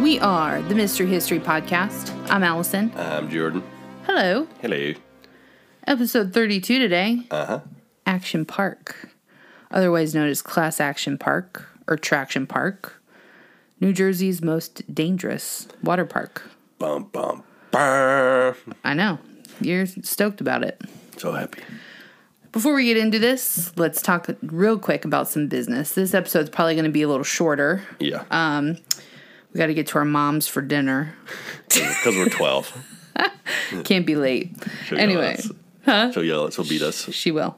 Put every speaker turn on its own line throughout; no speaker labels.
We are the Mystery History Podcast. I'm Allison.
I'm Jordan.
Hello.
Hello.
Episode 32 today. Uh huh. Action Park, otherwise known as Class Action Park or Traction Park, New Jersey's most dangerous water park.
Bum bum bum.
I know. You're stoked about it.
So happy.
Before we get into this, let's talk real quick about some business. This episode's probably going to be a little shorter.
Yeah.
Ah. We got to get to our moms for dinner.
Because we're twelve.
Can't be late.
She'll yell
anyway.
at us. She'll yell at us. She'll beat us.
She will.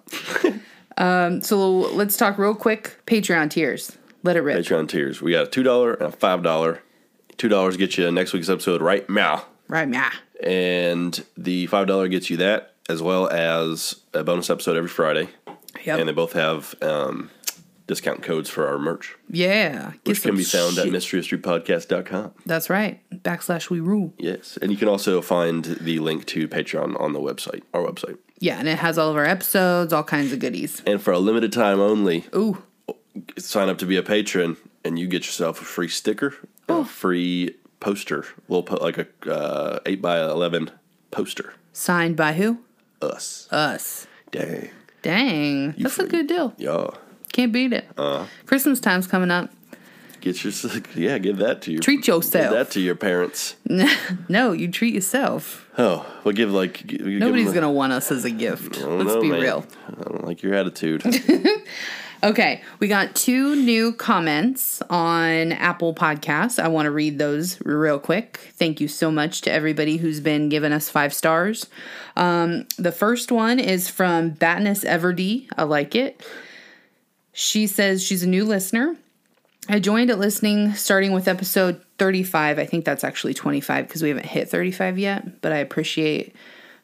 um, so let's talk real quick Patreon tiers. Let it rip.
Patreon tiers. We got a two dollar and a five dollar. Two dollars gets you next week's episode right now,
Right, ma.
and the five dollar gets you that as well as a bonus episode every Friday.
Yep.
And they both have um, discount codes for our merch,
yeah. Get
which can
some
be found
shit.
at mysteryhistorypodcast.com.
That's right. Backslash we rule.
Yes, and you can also find the link to Patreon on the website, our website.
Yeah, and it has all of our episodes, all kinds of goodies.
And for a limited time only,
Ooh,
sign up to be a patron and you get yourself a free sticker, and a free poster, little po- like a uh, eight by eleven poster.
signed by who?
Us,
Us.
dang,
Dang, that's a
freak. Uh-huh.
good deal.
y'all
Can't beat it. Christmas time's coming up.
get your yeah, give that to your
Treat yourself.
Give that to your parents.
No, you treat yourself.
Oh, well, give like g- give
Nobody's
them a-
gonna want us as a gift.
I don't
Let's
know,
be
man.
real.
I don't like your attitude.
Okay, we got two new comments on Apple Podcasts. I want to read those real quick. Thank you so much to everybody who's been giving us five stars. Um, the first one is from Batness Everdee. I like it. She says she's a new listener. I joined at listening starting with episode 35. I think that's actually 25 because we haven't hit 35 yet, but I appreciate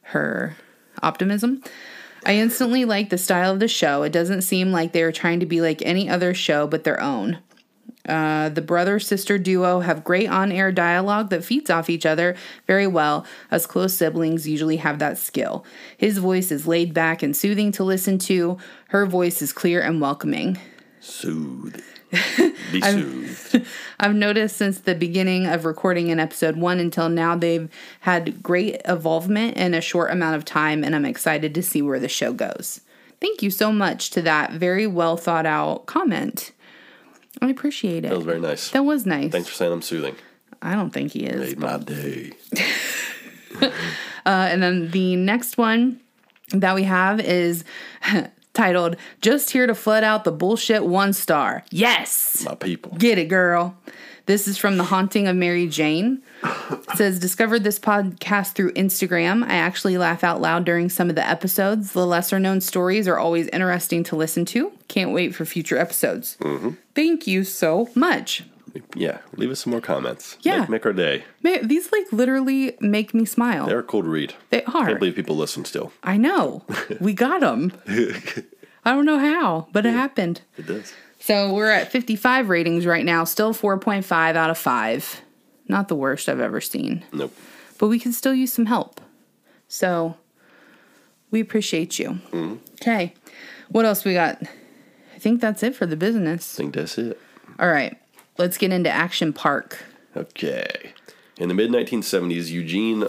her optimism. I instantly like the style of the show. It doesn't seem like they are trying to be like any other show but their own. Uh, the brother sister duo have great on air dialogue that feeds off each other very well, as close siblings usually have that skill. His voice is laid back and soothing to listen to, her voice is clear and welcoming.
Soothe. Be soothed.
I've noticed since the beginning of recording in episode one until now, they've had great involvement in a short amount of time, and I'm excited to see where the show goes. Thank you so much to that very well thought out comment. I appreciate it.
That was very nice.
That was nice.
Thanks for saying I'm soothing.
I don't think he is.
Made my day.
Uh, and then the next one that we have is titled Just Here to Flood Out the Bullshit One Star. Yes!
My people.
Get it, girl. This is from The Haunting of Mary Jane. It says, discovered this podcast through Instagram. I actually laugh out loud during some of the episodes. The lesser known stories are always interesting to listen to. Can't wait for future episodes. Thank you so much.
Yeah, leave us some more comments.
Yeah.
Make, make our day.
Ma- These like literally make me smile.
They're cool to read.
They are.
Can't believe people listen still.
I know. we got them. I don't know how, but it happened.
It does.
So we're at 55 ratings right now, still 4.5 out of 5. Not the worst I've ever seen.
Nope.
but we can still use some help. So we appreciate you. Okay. What else we got? I think that's it for the business.
think that's it.
All right. Let's get into Action Park.
Okay. In the mid 1970s, Eugene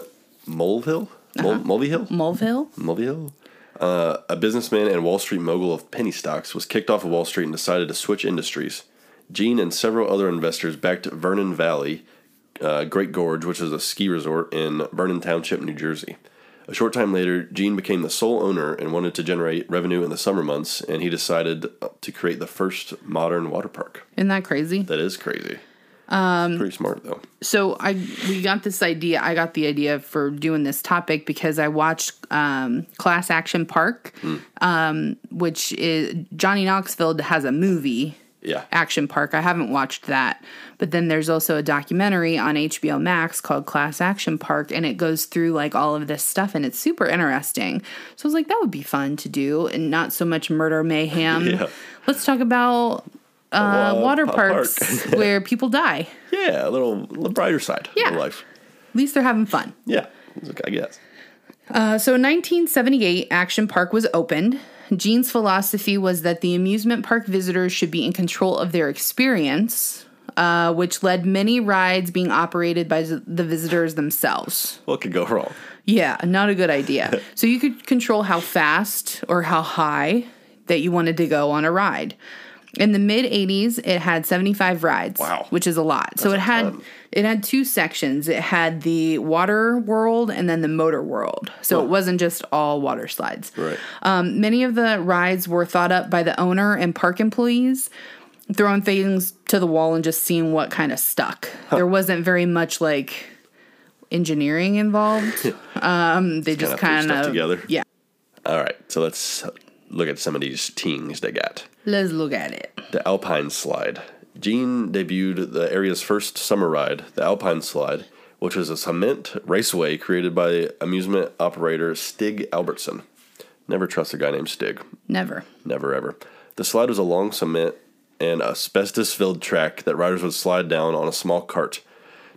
Mulvihill, Mul- Mulvihill,
Mulville?
Mulvihill, uh, a businessman and Wall Street mogul of penny stocks, was kicked off of Wall Street and decided to switch industries. Gene and several other investors backed Vernon Valley, uh, Great Gorge, which is a ski resort in Vernon Township, New Jersey. A short time later, Gene became the sole owner and wanted to generate revenue in the summer months, and he decided to create the first modern water park.
Isn't that crazy?
That is crazy. it's pretty smart though.
So I we got this idea. I got the idea for doing this topic because I watched um, Class Action Park, um, which is Johnny Knoxville has a movie
Yeah.
Action Park. I haven't watched that. But then there's also a documentary on HBO Max called Class Action Park, and it goes through like all of this stuff, and it's super interesting. So I was like, that would be fun to do, and not so much murder mayhem.
Yeah.
Let's talk about uh,
Wa-
water
pa-
parks where people die.
Yeah, a little, little brighter side
Yeah.
of life.
At least they're having fun.
Yeah, I guess.
Uh, so in 1978, Action Park was opened. Gene's philosophy was that the amusement park visitors should be in control of their experience, uh, which led many rides being operated by z- the visitors themselves.
What could go wrong?
Yeah, not a good idea. so you could control how fast or how high that you wanted to go on a ride. In the mid 80s, it had 75 rides,
Wow.
which is a lot. so it had
ton.
it had two sections. It had the water world and then the motor world. So it wasn't just all water slides.
Right.
Um, many of the rides were thought up by the owner and park employees, throwing things to the wall and just seeing what kind of stuck. There wasn't very much like engineering involved. um, they just
kinda put
kind
stuff
of
together.
Yeah,
All right, so let's look at some of these teams they got.
let's look at it.
The Alpine Slide. Jean debuted the area's first summer ride, the Alpine Slide, which was a cement raceway created by amusement operator Stig Albertson. Never trust a guy named Stig.
Never.
Never ever. The slide was a long cement and asbestos filled track that riders would slide down on a small cart.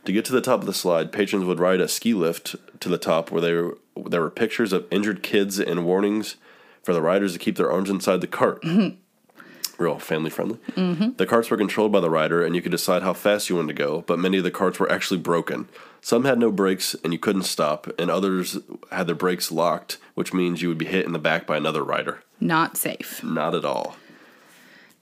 To get to the top of the slide, patrons would ride a ski lift to the top where they were, there were pictures of injured kids and warnings for the riders to keep their arms inside the cart. Real family friendly. The carts were controlled by the rider, and you could decide how fast you wanted to go, but many of the carts were actually broken. Some had no brakes, and you couldn't stop, and others had their brakes locked, which means you would be hit in the back by another rider.
Not safe.
Not at all.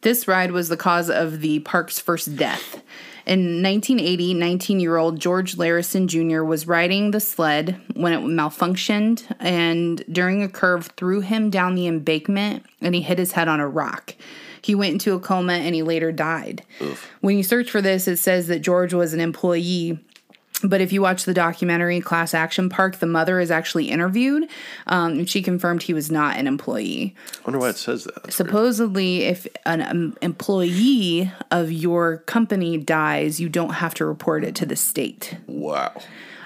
This ride was the cause of the park's first death. In 1980, 19 year old George Larison Jr. was riding the sled when it malfunctioned and during a curve threw him down the embankment and he hit his head on a rock. He went into a coma and he later died. When you search for this, it says that George was an employee but if you watch the documentary Class Action Park, the mother is actually interviewed. Um, and she confirmed he was not an employee.
I wonder why it says that. That's weird.
Supposedly, if an um, employee of your company dies, you don't have to report it to the state.
wow.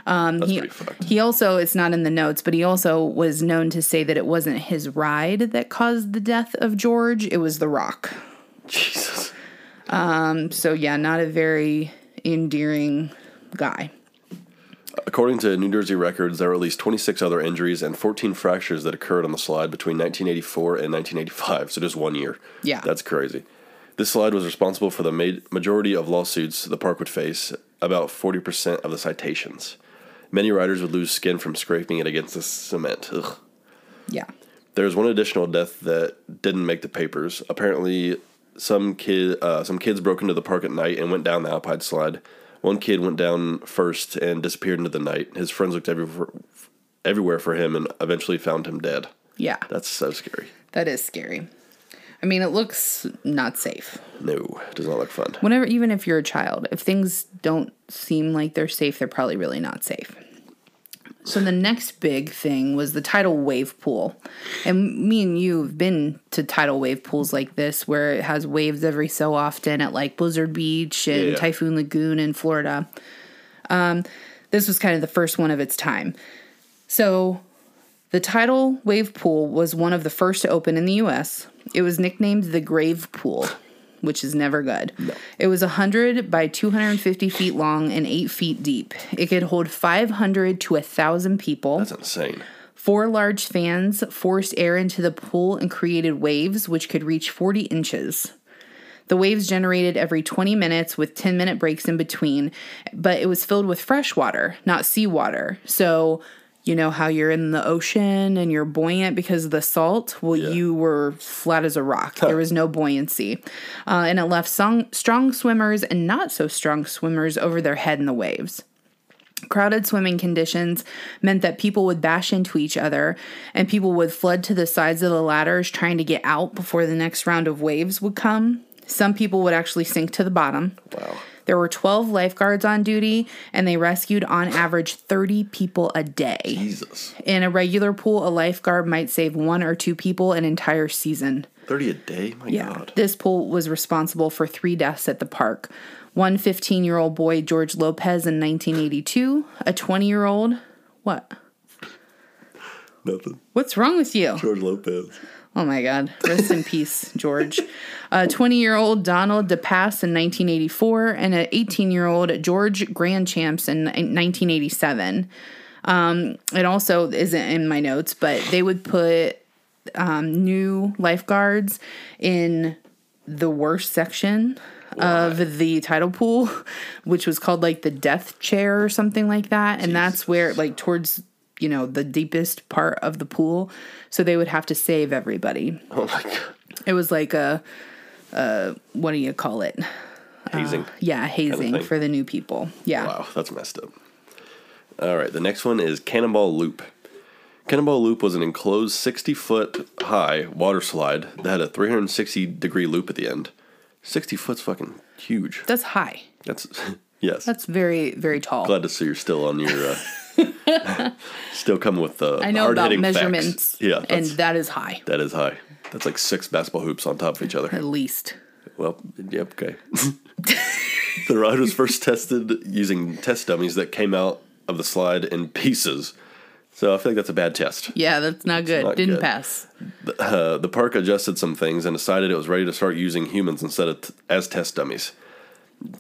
Um, That's pretty fucked.
He also, it's not in the notes, but he also was known to say that it wasn't his ride that caused the death of George, it was the rock.
Jesus.
So, yeah, not a very endearing guy.
According to New Jersey records, there were at least 26 other injuries and 14 fractures that occurred on the slide between 1984 and 1985, so just one year.
Yeah.
That's crazy. This slide was responsible for the ma- majority of lawsuits the park would face, about 40% of the citations. Many riders would lose skin from scraping it against the cement. Ugh.
Yeah.
There was one additional death that didn't make the papers. Apparently, some kid, uh, some kids broke into the park at night and went down the Alpine slide. One kid went down first and disappeared into the night. His friends looked everywhere, everywhere for him and eventually found him dead.
Yeah.
That's so scary.
That is scary. I mean, it looks not safe.
No, does not look fun.
Whenever, even if you're a child, if things don't seem like they're safe, they're probably really not safe. So the next big thing was the tidal wave pool. And me and you have been to tidal wave pools like this where it has waves every so often at like Blizzard Beach and
Yeah.
Typhoon Lagoon in Florida. Um, this was kind of the first one of its time. So the tidal wave pool was one of the first to open in the US. It was nicknamed the Grave Pool, which is never good. It was 100 by 250 feet long and 8 feet deep. It could hold 500 to 1,000 people.
That's insane.
Four large fans forced air into the pool and created waves which could reach 40 inches. The waves generated every 20 minutes with 10 minute breaks in between, but it was filled with fresh water, not seawater. So, you know how you're in the ocean and you're buoyant because of the salt? Well, you were flat as a rock. There was no buoyancy. Uh, and it left song- strong swimmers and not so strong swimmers over their head in the waves. Crowded swimming conditions meant that people would bash into each other and people would flood to the sides of the ladders trying to get out before the next round of waves would come. Some people would actually sink to the bottom.
Wow.
There were 12 lifeguards on duty and they rescued on average 30 people a day.
Jesus.
In a regular pool, a lifeguard might save one or two people an entire season.
30 a day? My God.
This pool was responsible for three deaths at the park. One 15 year old boy, George Lopez, in 1982. A 20 year old, what?
Nothing.
What's wrong with you?
George Lopez.
Oh my God. Rest in peace, George. A 20 year old Donald DePass in 1984, and an 18 year old George Grandchamps in 1987. Um, it also isn't in my notes, but they would put um, new lifeguards in the worst section of the tidal pool, which was called like the death chair or something like that. And that's where, like, towards, you know, the deepest part of the pool. So they would have to save everybody.
Oh my god,
It was like a, uh, what do you call it?
hazing.
Yeah, hazing
thing.
for the new people. Yeah.
Wow, that's messed up. All right, the next one is Cannonball Loop. Cannonball Loop was an enclosed 60 foot high water slide that had a 360 degree loop at the end. 60 foot's fucking huge.
That's high.
That's, yes.
That's very, very tall.
Glad to see you're still on your, uh, still coming with the
I know about
hard-hitting facts.
measurements.
Yeah,
And
that's-
that is high,
that is high. That's like six basketball hoops on top of each other.
at least.
Well, yeah, okay. the ride was first tested using test dummies that came out of the slide in pieces. So I feel like that's a bad test.
Yeah, that's not good.
not
Didn't
good.
pass.
Uh, the park adjusted some things and decided it was ready to start using humans instead of t- as test dummies.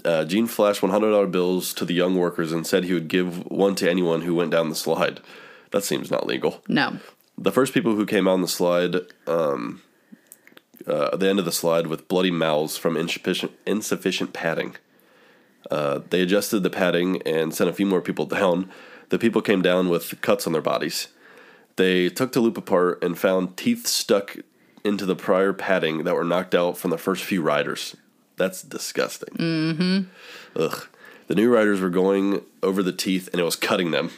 Uh, Gene flashed $100 bills to the young workers and said he would give one to anyone who went down the slide. That seems not legal.
No.
The first people who came on the slide, um, uh, at the end of the slide, with bloody mouths from insufficient, insufficient padding. Uh, they adjusted the padding and sent a few more people down. The people came down with cuts on their bodies. They took the loop apart and found teeth stuck into the prior padding that were knocked out from the first few riders. That's disgusting. Mm-hmm. Ugh. The new riders were going over the teeth and it was cutting them.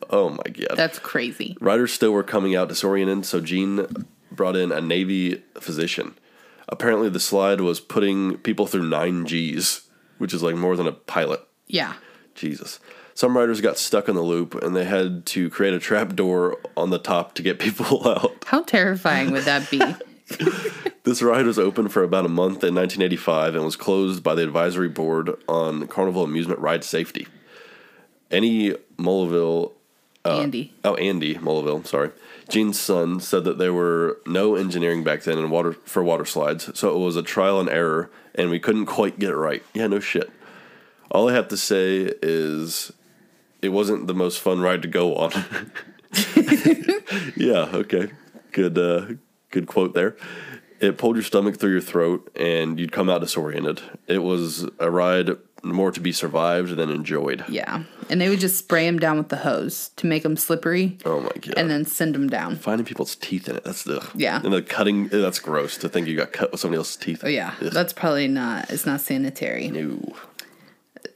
oh my god.
That's crazy.
Riders still were coming out disoriented, so Gene brought in a Navy physician. Apparently, the slide was putting people through nine Gs, which is like more than a pilot.
Yeah.
Jesus. Some riders got stuck in the loop and they had to create a trap door on the top to get people out.
How terrifying would that be?
Uh, This ride was open for about a month in 1985 and was closed by the advisory board on Carnival Amusement Ride Safety. Any Mulville
Andy.
Oh, Andy Mulville, sorry. Gene's son said that there were no engineering back then in water for water slides, so it was a trial and error, and we couldn't quite get it right. Yeah, no shit. All I have to say is, it wasn't the most fun ride to go on. yeah, okay, good, uh, good quote there. It pulled your stomach through your throat, and you'd come out disoriented. It was a ride more to be survived than enjoyed.
Yeah. And they would just spray him down with the hose to make him slippery
Oh my god!
and then send him down.
finding people's teeth in it. That's the
Yeah.
And the cutting ugh, that's gross to think you got cut with somebody else's teeth.
But yeah,
Ugh,
that's probably not it's not sanitary.
no.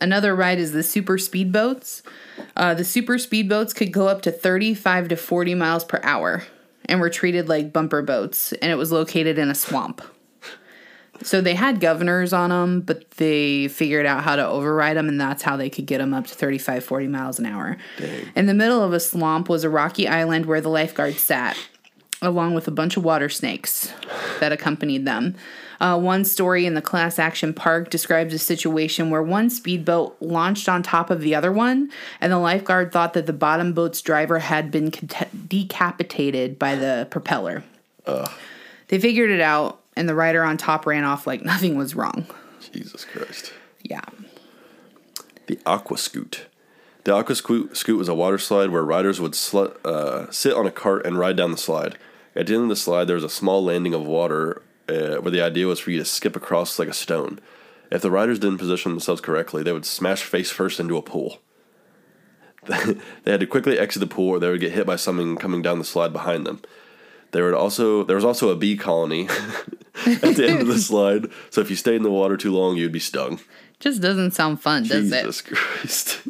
Another ride is the super speedboats. Uh, the super speedboats could go up to 35 to 40 miles per hour and were treated like bumper boats, and it was located in a swamp. So they had governors on them, but they figured out how to override them, and that's how they could get them up to 35, 40 miles an hour. In the middle of a swamp was a rocky island where the lifeguards sat, along with a bunch of water snakes that accompanied them. Uh, one story in the class action park describes a situation where one speedboat launched on top of the other one, and the lifeguard thought that the bottom boat's driver had been cont- decapitated by the propeller. They figured it out, and the rider on top ran off like nothing was wrong.
Jesus Christ.
Yeah.
The Aqua Scoot. The Aqua Scoot, scoot was a water slide where riders would sl- uh, sit on a cart and ride down the slide. At the end of the slide, there was a small landing of water uh, where the idea was for you to skip across like a stone. If the riders didn't position themselves correctly, they would smash face first into a pool. they had to quickly exit the pool or they would get hit by something coming down the slide behind them. There would also there was also a bee colony at the end of the slide, so if you stayed in the water too long, you'd be stung.
Just doesn't sound fun, does it?
Jesus Christ.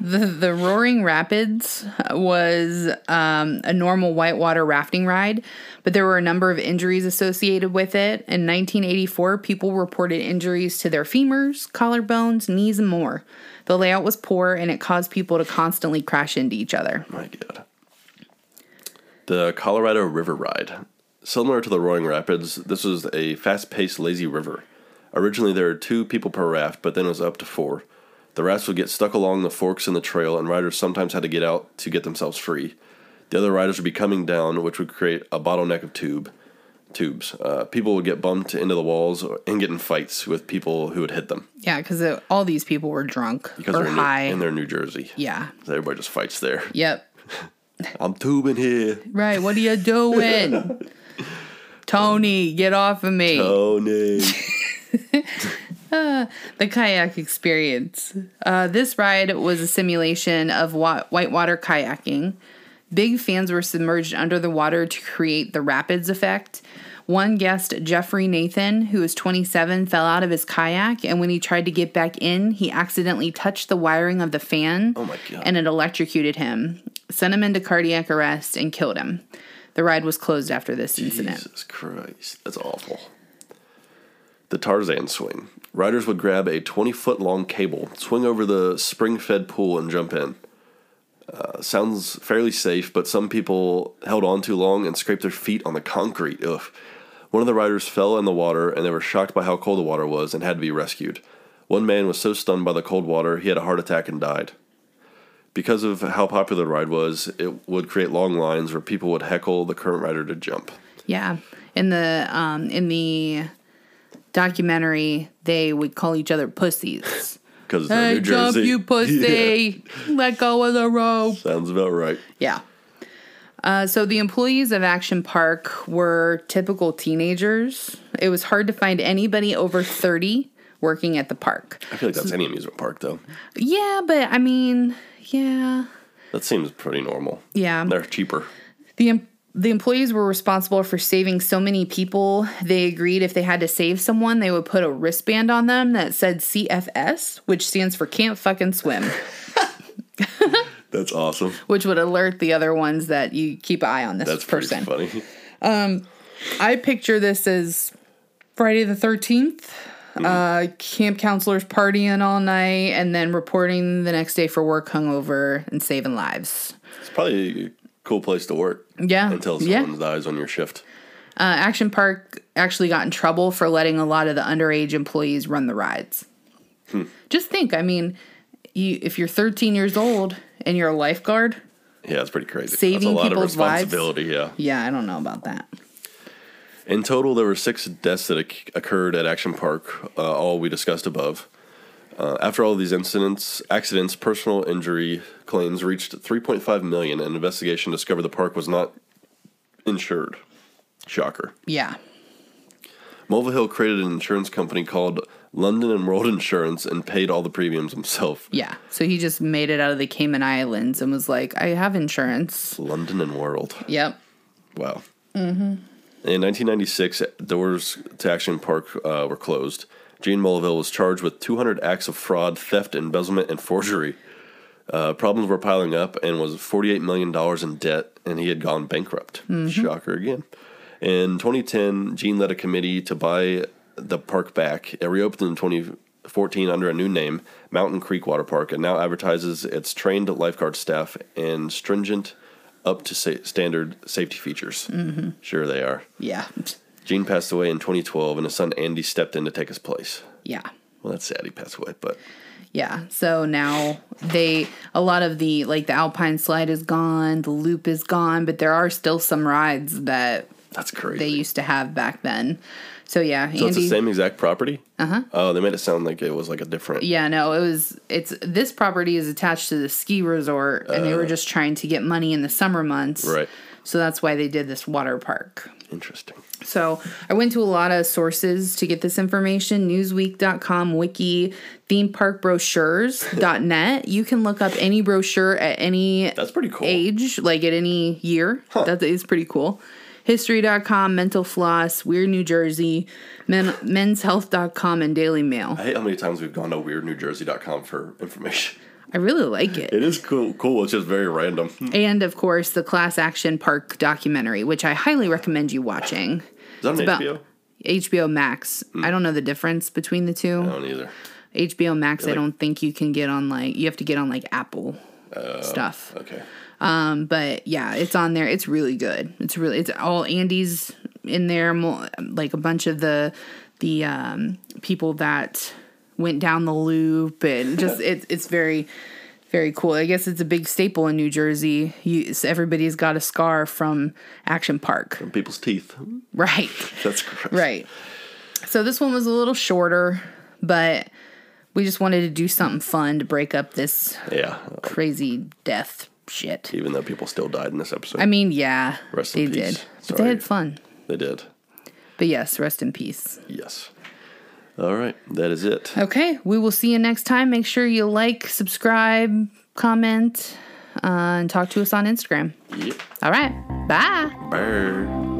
The, the Roaring Rapids uh, was um, a normal whitewater rafting ride, but there were a number of injuries associated with it. In 1984, people reported injuries to their femurs, collarbones, knees, and more. The layout was poor and it caused people to constantly crash into each other.
My God. The Colorado River Ride. Similar to the Roaring Rapids, this was a fast paced, lazy river. Originally, there were two people per raft, but then it was up to four. The rafts would get stuck along the forks in the trail, and riders sometimes had to get out to get themselves free. The other riders would be coming down, which would create a bottleneck of tube tubes. Uh, people would get bumped into the walls and get in fights with people who would hit them
Yeah, because all these people were drunk
because
or
they're in New-
high.
in their New Jersey.
yeah.
So everybody just fights there.
Yep.
I'm tubing here.
Right. What are you doing? Tony, get off of me.
Oh no.
The kayak experience. Uh, this ride was a simulation of wa- whitewater kayaking. Big fans were submerged under the water to create the rapids effect. One guest, Jeffrey Nathan, who was 27, fell out of his kayak, and when he tried to get back in, he accidentally touched the wiring of the fan.
Oh my God.
And it electrocuted him, sent him into cardiac arrest, and killed him. The ride was closed after this incident.
Jesus Christ, that's awful. The Tarzan swing. Riders would grab a 20 foot long cable, swing over the spring fed pool, and jump in. Uh, sounds fairly safe, but some people held on too long and scraped their feet on the concrete. Ugh. One of the riders fell in the water, and they were shocked by how cold the water was and had to be rescued. One man was so stunned by the cold water, he had a heart attack and died because of how popular the ride was, it would create long lines where people would heckle the current rider to jump.
Yeah. In the um in the documentary, they would call each other pussies.
Because it's in
hey,
New
jump,
Jersey.
you pussy! Let go of the rope.
Yeah, sounds about right.
Yeah. Uh, so the employees of Action Park were typical teenagers. It was hard to find anybody over thirty working at the park.
I feel like that's any amusement park, though.
Yeah, but I mean, yeah,
That seems pretty normal.
yeah.
They're cheaper.
The em- the employees were responsible for saving so many people. They agreed if they had to save someone, they would put a wristband on them that said CFS, which stands for can't fucking swim,
That's awesome.
which would alert the other ones that you keep an eye on this
That's pretty
person.
funny.
I picture this as Friday the 13th.
Mm-hmm.
Uh, camp counselors partying all night and then reporting the next day for work hungover and saving lives.
It's probably a cool place to work
Yeah.
until
yeah.
someone dies on your shift.
Uh, Action Park actually got in trouble for letting a lot of the underage employees run the rides. Just think, I mean, you, if you're 13 years old and you're a lifeguard,
Yeah, it's pretty crazy. That's a
Saving
lot of
people's lives.
responsibility. Yeah.
yeah, I don't know about that.
In total, there were six deaths that oc- occurred at Action Park, uh, all we discussed above. Uh, after all these incidents, accidents, personal injury claims reached 3.5 million, and investigation discovered the park was not insured. Shocker.
Yeah.
Mulvihill created an insurance company called London and World Insurance and paid all the premiums himself.
Yeah. So he just made it out of the Cayman Islands and was like, I have insurance.
London and World.
Yep.
Wow. Mm-hmm. In 1996, doors to Action Park uh, were closed. Gene Mulville was charged with 200 acts of fraud, theft, embezzlement, and forgery. Uh, problems were piling up and was $48 million in debt, and he had gone bankrupt. Shocker again. In 2010, Gene led a committee to buy the park back. It reopened in 2014 under a new name, Mountain Creek Water Park, and now advertises its trained lifeguard staff and stringent, up to sa- standard safety features. Sure, they are.
Yeah.
Gene passed away in 2012, and his son Andy stepped in to take his place.
Yeah.
Well, that's sad he passed away, but
Yeah. So now they a lot of the like the Alpine slide is gone, the loop is gone, but there are still some rides that
that's crazy.
they used to have back then. So yeah,
so it's
Andy. Uh-huh.
the same exact property? Uh huh. Oh, they made it sound like it was like a different.
yeah, no, it was it's this property is attached to the ski resort and they were just trying to get money in the summer months.
Uh. Right.
So that's why they did this water park.
Interesting.
So I went to a lot of sources to get this information Newsweek.com, Wiki, theme park brochures.net. You can look up any brochure at any
That's pretty cool.
age, like at any year. That is pretty cool. History.com, Mental Floss, Weird New Jersey, men, menshealth.com, and Daily Mail.
I hate how many times we've gone to weirdnewjersey.com for information.
I really like it.
It is cool. Cool. It's just very random. Is
And of course, the Class Action Park documentary, which I highly recommend you watching.
that on
about-
HBO?
HBO Max. I don't know the difference between the two.
I don't either.
HBO Max, I don't think you can get on like you have to get on like Apple
Oh,
stuff.
Okay.
Um, but yeah, it's on there. It's really good. It's really it's all Andy's in there, mo- like a bunch of the the um, people that went down the loop and just it's it's very very cool. I guess it's a big staple in New Jersey. You, it's- everybody's got a scar from Action Park,
People's teeth.
right?
That's correct.
Right. So this one was a little shorter, but we just wanted to do something fun to break up this
Yeah.
crazy death shit.
Even though people still died in this episode,
I mean, yeah,
Rest
they
in peace.
did. But
Sorry.
they had fun.
they did.
But yes, rest in peace.
Yes. All right, that is it.
Okay, we will see you next time. Make sure you like, subscribe, comment, uh, and talk to us on Instagram.
Yep.
All right, bye.
Burn.